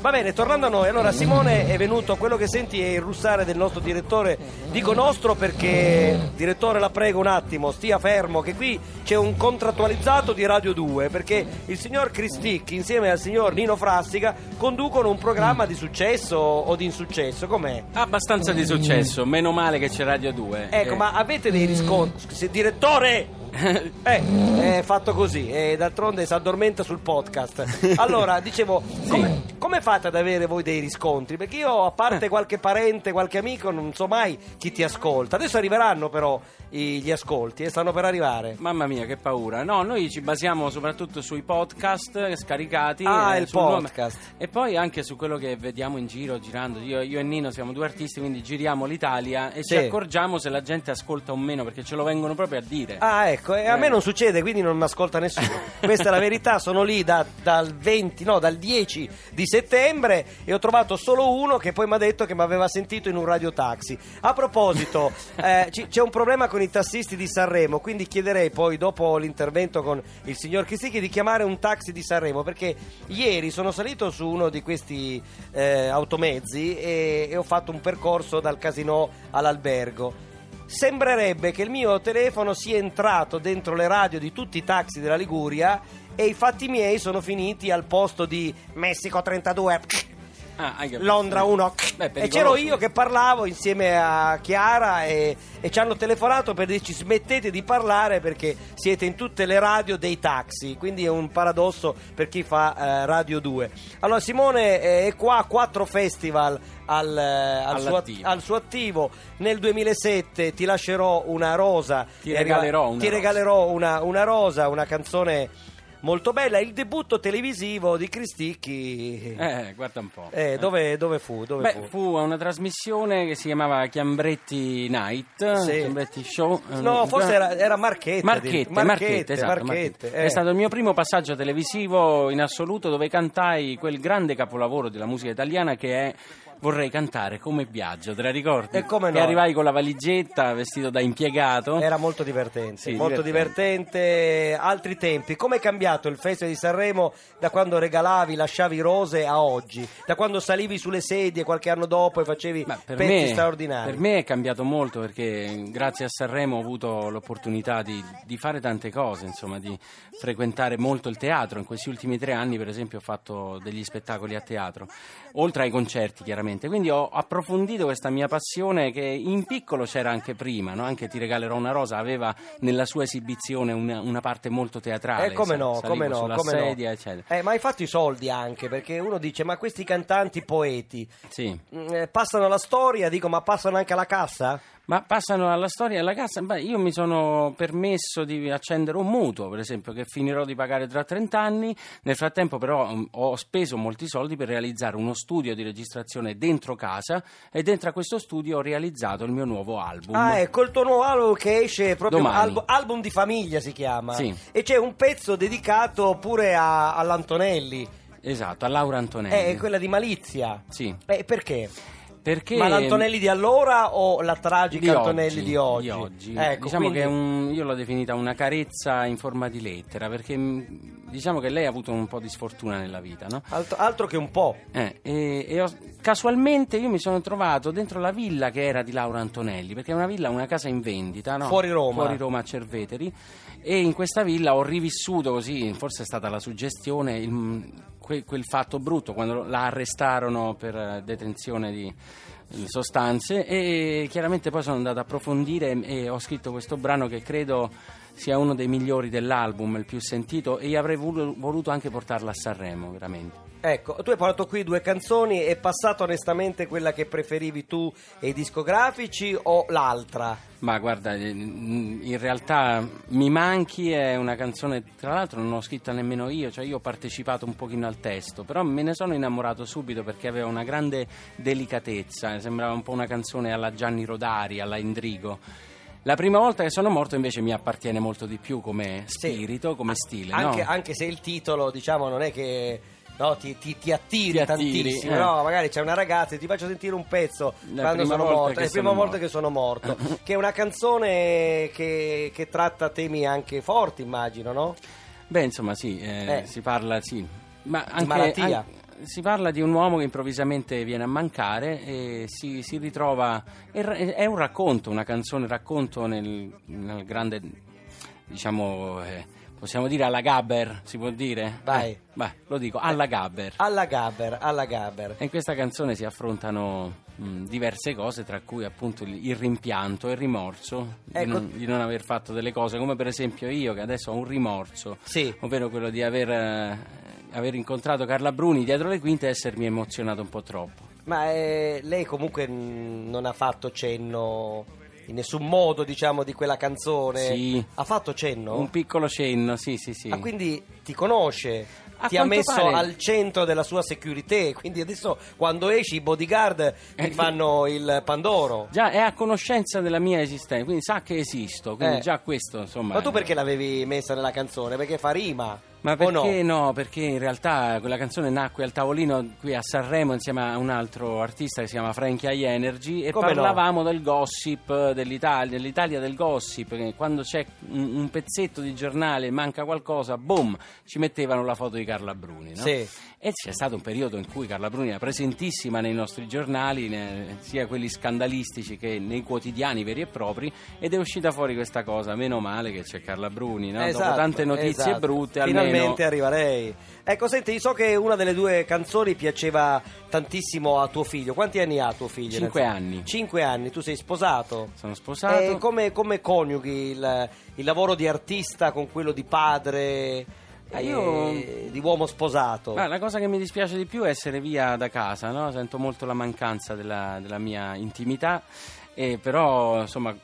Va bene, tornando a noi, allora Simone è venuto, quello che senti è il russare del nostro direttore, dico nostro perché, direttore la prego un attimo, stia fermo, che qui c'è un contrattualizzato di Radio 2, perché il signor Cristicchi insieme al signor Nino Frassica conducono un programma di successo o di insuccesso, com'è? Abbastanza di successo, meno male che c'è Radio Eh, 2. Ecco, ma avete dei riscontri? Se- Direttore! ma... Eh, è fatto così, e d'altronde si addormenta sul podcast. Allora, dicevo, come, come fate ad avere voi dei riscontri? Perché io, a parte qualche parente, qualche amico, non so mai chi ti ascolta. Adesso arriveranno però i- gli ascolti, e stanno per arrivare. Mamma mia, che paura. No, noi ci basiamo soprattutto sui podcast scaricati. eh, Ah, il sul nome- podcast. E poi anche su quello che vediamo in giro, girando. Io, io e Nino siamo due artisti, quindi giriamo l'Italia e Sì. ci accorgiamo se la gente ascolta o meno, perché ce lo vengono proprio a dire. Ah, ecco, e a Eh. me non succede, quindi non ascolta nessuno. Questa è la verità, sono lì da- dal 20, no, dal 10 di settembre e ho trovato solo uno che poi mi ha detto che mi aveva sentito in un radiotaxi. A proposito, eh, ci- c'è un problema con i tassisti di Sanremo, quindi chiederei poi dopo l'intervento con il signor Chisticchi di chiamare un taxi di Sanremo, perché ieri sono salito su uno di questi eh, automezzi e- e ho fatto un percorso dal casino all'albergo. Sembrerebbe che il mio telefono sia entrato dentro le radio di tutti i taxi della Liguria e i fatti miei sono finiti al posto di Messico 32, Ah, hai capito. Londra 1. Beh, e pericoloso. c'ero io che parlavo insieme a Chiara e, e ci hanno telefonato per dirci smettete di parlare perché siete in tutte le radio dei taxi. Quindi è un paradosso per chi fa eh, Radio 2. Allora Simone eh, è qua a quattro festival al, eh, al suo, All'attivo. al suo attivo. Nel 2007 ti lascerò una rosa. Ti E arriva- regalerò una ti rosa. regalerò una, una rosa, una canzone molto bella. Il debutto televisivo di Cristicchi. Eh, guarda un po'. Eh, dove, dove fu? Dove Beh, fu? fu a una trasmissione che si chiamava Chiambretti Night, Sì. Chiambretti Show. eh, No, non- forse era, era Marchetta. Marchette, di- Marchette, esatto, Marchette, Marchette. eh. È stato il mio primo passaggio televisivo in assoluto dove cantai quel grande capolavoro della musica italiana che è Vorrei cantare come Biagio, te la ricordi? E come no. Che arrivai con la valigetta vestito da impiegato. Era molto divertente, Sì, molto divertente. Altri tempi, come è cambiato il Festival di Sanremo da quando regalavi, lasciavi rose a oggi? Da quando salivi sulle sedie qualche anno dopo e facevi Ma per pezzi me, straordinari? per me è cambiato molto perché grazie a Sanremo ho avuto l'opportunità di, di fare tante cose, insomma, di frequentare molto il teatro. In questi ultimi tre anni, per esempio, ho fatto degli spettacoli a teatro, oltre ai concerti chiaramente. Quindi ho approfondito questa mia passione che in piccolo c'era anche prima, no? anche Ti regalerò una rosa aveva nella sua esibizione una, una parte molto teatrale. Eh, come no, sa- salivo come no, sulla come no. sedia, eccetera. Eh, ma hai fatto i soldi anche, perché uno dice, ma questi cantanti poeti Sì. mm, eh, passano alla storia, dico, ma passano anche alla cassa? Ma passano alla storia della cassa. Beh, io mi sono permesso di accendere un mutuo, per esempio, che finirò di pagare tra 30 anni. Nel frattempo, però, mh, ho speso molti soldi per realizzare uno studio di registrazione dentro casa e dentro a questo studio ho realizzato il mio nuovo album. Ah, ecco il tuo nuovo album che esce proprio Domani. albu- album di famiglia si chiama. Sì. E c'è un pezzo dedicato pure a- all'Antonelli. Esatto, a Laura Antonelli. È Eh, quella di Malizia. Sì. Eh, perché? Perché Ma l'Antonelli di allora o la tragica di Antonelli oggi, di oggi? Ecco, diciamo quindi- che è un- io l'ho definita una carezza in forma di lettera, perché mh, diciamo che lei ha avuto un po' di sfortuna nella vita, no? Alt- altro che un po'. Eh, e, e ho- casualmente io mi sono trovato dentro la villa che era di Laura Antonelli, perché è una villa, una casa in vendita, no? Fuori Roma. Fuori Roma a Cerveteri. E in questa villa ho rivissuto così, forse è stata la suggestione, il- que- quel fatto brutto quando la arrestarono per eh, detenzione di eh, sostanze e chiaramente poi sono andato a approfondire e ho scritto questo brano che credo sia uno dei migliori dell'album, il più sentito e avrei volu- voluto anche portarla a Sanremo veramente. Ecco, tu hai portato qui due canzoni, è passata onestamente quella che preferivi tu e i discografici o l'altra? Ma guarda, eh, in realtà Mi Manchi è una canzone, tra l'altro non l'ho scritta nemmeno io, cioè io ho partecipato un pochino al testo, però me ne sono innamorato subito perché aveva una grande delicatezza, eh, sembrava un po' una canzone alla Gianni Rodari, alla Indrigo. La prima volta che sono morto invece mi appartiene molto di più come Sì. Ah, spirito, come stile. Anche, no? anche se il titolo, diciamo, non è che no, ti, ti- ti attiri Ti attiri, tantissimo, eh. no? Magari c'è una ragazza e ti faccio sentire un pezzo La quando prima sono volta morto. che È la sono prima volta morto. che sono morto. che è una canzone che, che tratta temi anche forti, immagino, no? Beh, insomma, sì, eh, Eh. si parla, sì. Ma anche, malattia. an- si parla di un uomo che improvvisamente viene a mancare e si, si ritrova. È, ra- è un racconto, una canzone racconto nel, nel grande, diciamo. eh, Possiamo dire alla Gabber, si può dire? Vai. Eh, beh, lo dico, alla Gabber. Alla Gaber, alla Gaber. E in questa canzone si affrontano mh, diverse cose, tra cui appunto il, il rimpianto e il rimorso di, Ecco. non, di non aver fatto delle cose, come per esempio io che adesso ho un rimorso, Sì. ovvero quello di aver, eh, aver incontrato Carla Bruni dietro le quinte e essermi emozionato un po' troppo. Ma eh, lei comunque mh, non ha fatto cenno in nessun modo, diciamo, di quella canzone. Sì. Ha fatto cenno? Un piccolo cenno, sì, sì, sì. Ah, quindi ti conosce, A ti ha quanto messo pare. al centro della sua security, quindi adesso quando esci i bodyguard ti fanno il pandoro. Eh. Già è a conoscenza della mia esistenza, quindi sa che esisto, quindi Eh. già questo insomma... eh. Ma tu perché l'avevi messa nella canzone? Perché fa rima? Ma o no? perché no? Perché in realtà quella canzone nacque al tavolino qui a Sanremo insieme a un altro artista che si chiama Frankie High Energy e Come no? parlavamo del gossip eh, dell'Italia, dell'Italia del gossip, che quando c'è un, un pezzetto di giornale e manca qualcosa, boom, ci mettevano la foto di Carla Bruni, no? Sì. E c'è stato un periodo in cui Carla Bruni era presentissima nei nostri giornali, ne- sia quelli scandalistici che nei quotidiani veri e propri, ed è uscita fuori questa cosa. Meno male che c'è Carla Bruni, no? Esatto, dopo tante notizie esatto. brutte, almeno Finalmente arriva lei. Ecco, senti, so che una delle due canzoni piaceva tantissimo a tuo figlio. Quanti anni ha tuo figlio? Cinque anni. Cinque anni, tu sei sposato? sono sposato. Eh, come, come coniughi il, il lavoro di artista con quello di padre, Ah, eh, io- di uomo sposato? Ma la cosa che mi dispiace di più è essere via da casa, no? sento molto la mancanza della, della mia intimità, e però insomma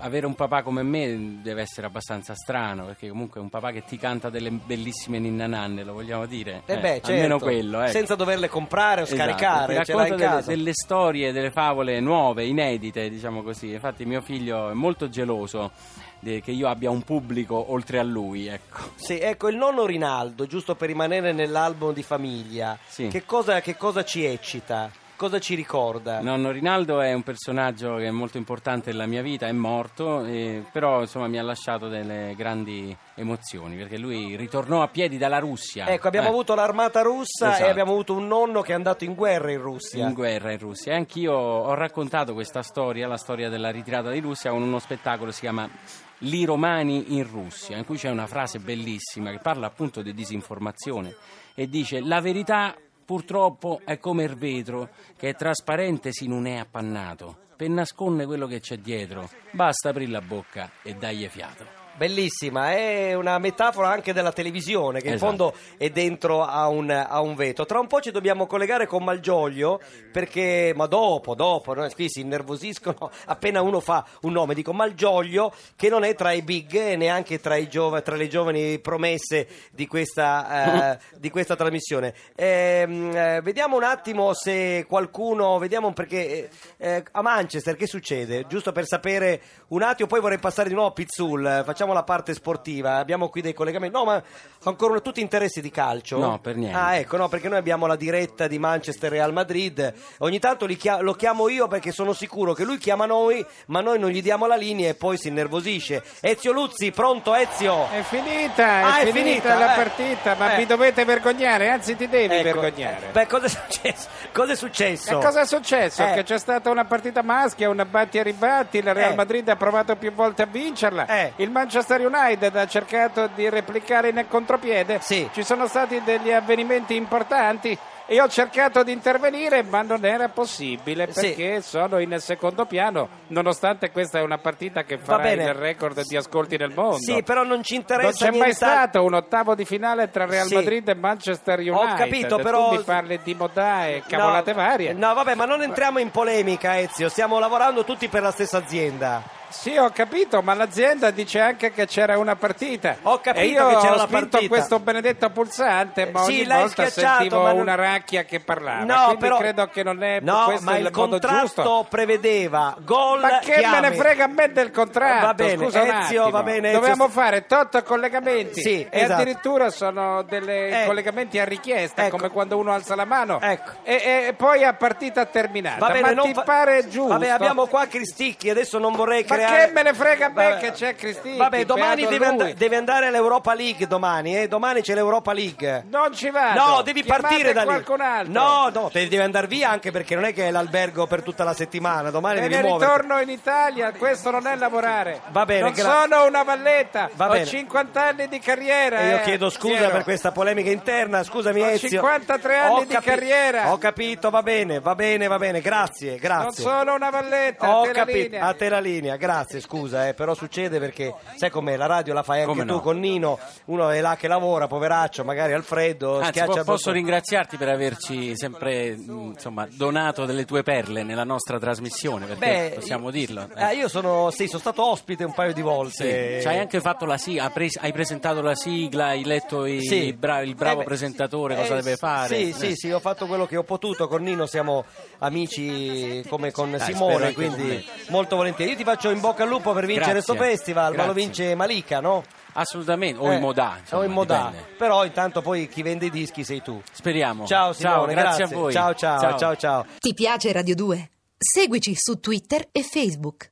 avere un papà come me deve essere abbastanza strano, perché comunque è un papà che ti canta delle bellissime ninnananne, lo vogliamo dire? Eh beh, certo. Almeno quello, ecco. Senza doverle comprare o Esatto, scaricare, ti ce l'hai racconta in delle, casa. delle storie, delle favole nuove, inedite, diciamo così. Infatti, mio figlio è molto geloso de- che io abbia un pubblico oltre a lui, ecco. Sì, ecco, il nonno Rinaldo, giusto per rimanere nell'album di famiglia, Sì. che, cosa, che cosa ci eccita? Cosa ci ricorda? Nonno Rinaldo è un personaggio che è molto importante nella mia vita, è morto, eh, però insomma mi ha lasciato delle grandi emozioni perché lui ritornò a piedi dalla Russia. Ecco, abbiamo Eh, avuto l'armata russa e Esatto. abbiamo avuto un nonno che è andato in guerra in Russia. in guerra in Russia e anch'io ho raccontato questa storia, la storia della ritirata di Russia con uno spettacolo che si chiama Li Romani in Russia, in cui c'è una frase bellissima che parla appunto di disinformazione e dice la verità purtroppo è come il vetro che è trasparente se non è appannato. Per nascondere quello che c'è dietro, basta aprire la bocca e dagli fiato. Bellissima, è una metafora anche della televisione che in Esatto. fondo è dentro a un, a un vetro. Tra un po' ci dobbiamo collegare con Malgioglio perché, ma dopo, dopo, no? qui si innervosiscono appena uno fa un nome, dico Malgioglio che non è tra i big e neanche tra, i giova- tra le giovani promesse di questa, eh, di questa trasmissione. Ehm, eh, vediamo un attimo se qualcuno, vediamo perché eh, eh, a Manchester che succede, giusto per sapere un attimo, poi vorrei passare di nuovo a Pizzul, eh, facciamo la parte sportiva, abbiamo qui dei collegamenti, no ma ancora una- tutti interessi di calcio? No, per niente. Ah ecco, no perché noi abbiamo la diretta di Manchester Real Madrid, ogni tanto li chia- lo chiamo io perché sono sicuro che lui chiama noi, ma noi non gli diamo la linea e poi si innervosisce. Ezio Luzzi, pronto Ezio? È finita, Ah, è, è finita, finita, la eh. partita, ma Eh. vi dovete vergognare, anzi ti devi Ecco, vergognare. Beh, cosa è successo? Cosa è successo? E cosa è successo? Eh. Che c'è stata una partita maschia, un abbatti e ribatti, il Real Eh. Madrid ha provato più volte a vincerla, Eh. il Manchester United ha cercato di replicare nel contropiede, Sì. ci sono stati degli avvenimenti importanti E ho cercato di intervenire, ma non era possibile Sì. perché sono in secondo piano, nonostante questa è una partita che farà bene. il record di ascolti nel mondo. Sì, però non ci non interessa c'è mai nient'altro. stato un ottavo di finale tra Real Sì. Madrid e Manchester United. Ho capito, però- Tu mi parli di Modà e cavolate no, varie. No, vabbè, ma non entriamo in polemica, Ezio. Stiamo lavorando tutti per la stessa azienda. Sì, ho capito, ma l'azienda dice anche che c'era una partita. Ho capito e io che c'era ho la spinto partita. questo benedetto pulsante, ma Sì, ogni l'hai volta schiacciato, sentivo ma non- una racchia che parlava. no, quindi però credo che non è No, questo ma il, il modo contratto giusto. prevedeva gol Ma che chiave. me ne frega a me del contratto? Va bene, scusa un Ezio, attimo. va bene, Ezio. Dovevamo fare tot collegamenti Sì, e esatto. addirittura sono dei Ecco. collegamenti a richiesta, Ecco. come quando uno alza la mano Ecco. e, e poi a partita terminata. Va bene, ma non ti fa- pare giusto? Vabbè, abbiamo qua Cristicchi, adesso non vorrei Ma creare... che me ne frega a me Vabbè. che c'è Cristicchi, Vabbè, domani beato deve, lui. and- deve andare all'Europa League domani, eh? Domani c'è l'Europa League. Non ci vado. No, devi Ah, Chiamate partire da lì. qualcun altro. No, no, te- devi andare via anche perché non è che è l'albergo per tutta la settimana, domani Me devi ne muoverti. ritorno in Italia, questo non è lavorare. Va bene, non gra- sono una valletta, Va ho bene. 50 anni di carriera. E io eh, chiedo scusa Piero. per questa polemica interna, scusami Ho Ezio. 53 anni Ho di carriera. Ho capito, va bene, va bene, va bene, grazie, Non grazie. sono una valletta, Ho te la capito, linea. a te la linea, grazie, scusa, eh, però succede perché sai com'è, la radio la fai anche Come tu no. con Nino, uno è là che lavora, poveraccio, magari al freddo, Anzi, Oh, schiaccia po- posso il bottone. ringraziarti per averci sempre mh, insomma, donato delle tue perle nella nostra trasmissione, perché Beh, possiamo dirlo. eh. Eh, io sono, sì, sono stato ospite un paio di Sì, volte. Ci hai anche fatto la sigla, ha pres- hai presentato la sigla, hai letto i- Sì. i bra- il bravo Eh beh, presentatore, sì, cosa eh, deve fare. Sì, Eh. sì, sì, ho fatto quello che ho potuto. Con Nino siamo amici come con spero Simone, anche quindi molto volentieri. Io ti faccio in bocca al lupo per vincere questo Grazie. festival, ma lo Grazie. vince Malika, no? Assolutamente, o Eh, in moda. insomma, o in modà. dipende. Però intanto poi chi vende i dischi sei tu. Speriamo. Ciao Simone, grazie, a voi. Ciao, ciao, ciao, ciao. Ti piace Radio 2? Seguici su Twitter e Facebook.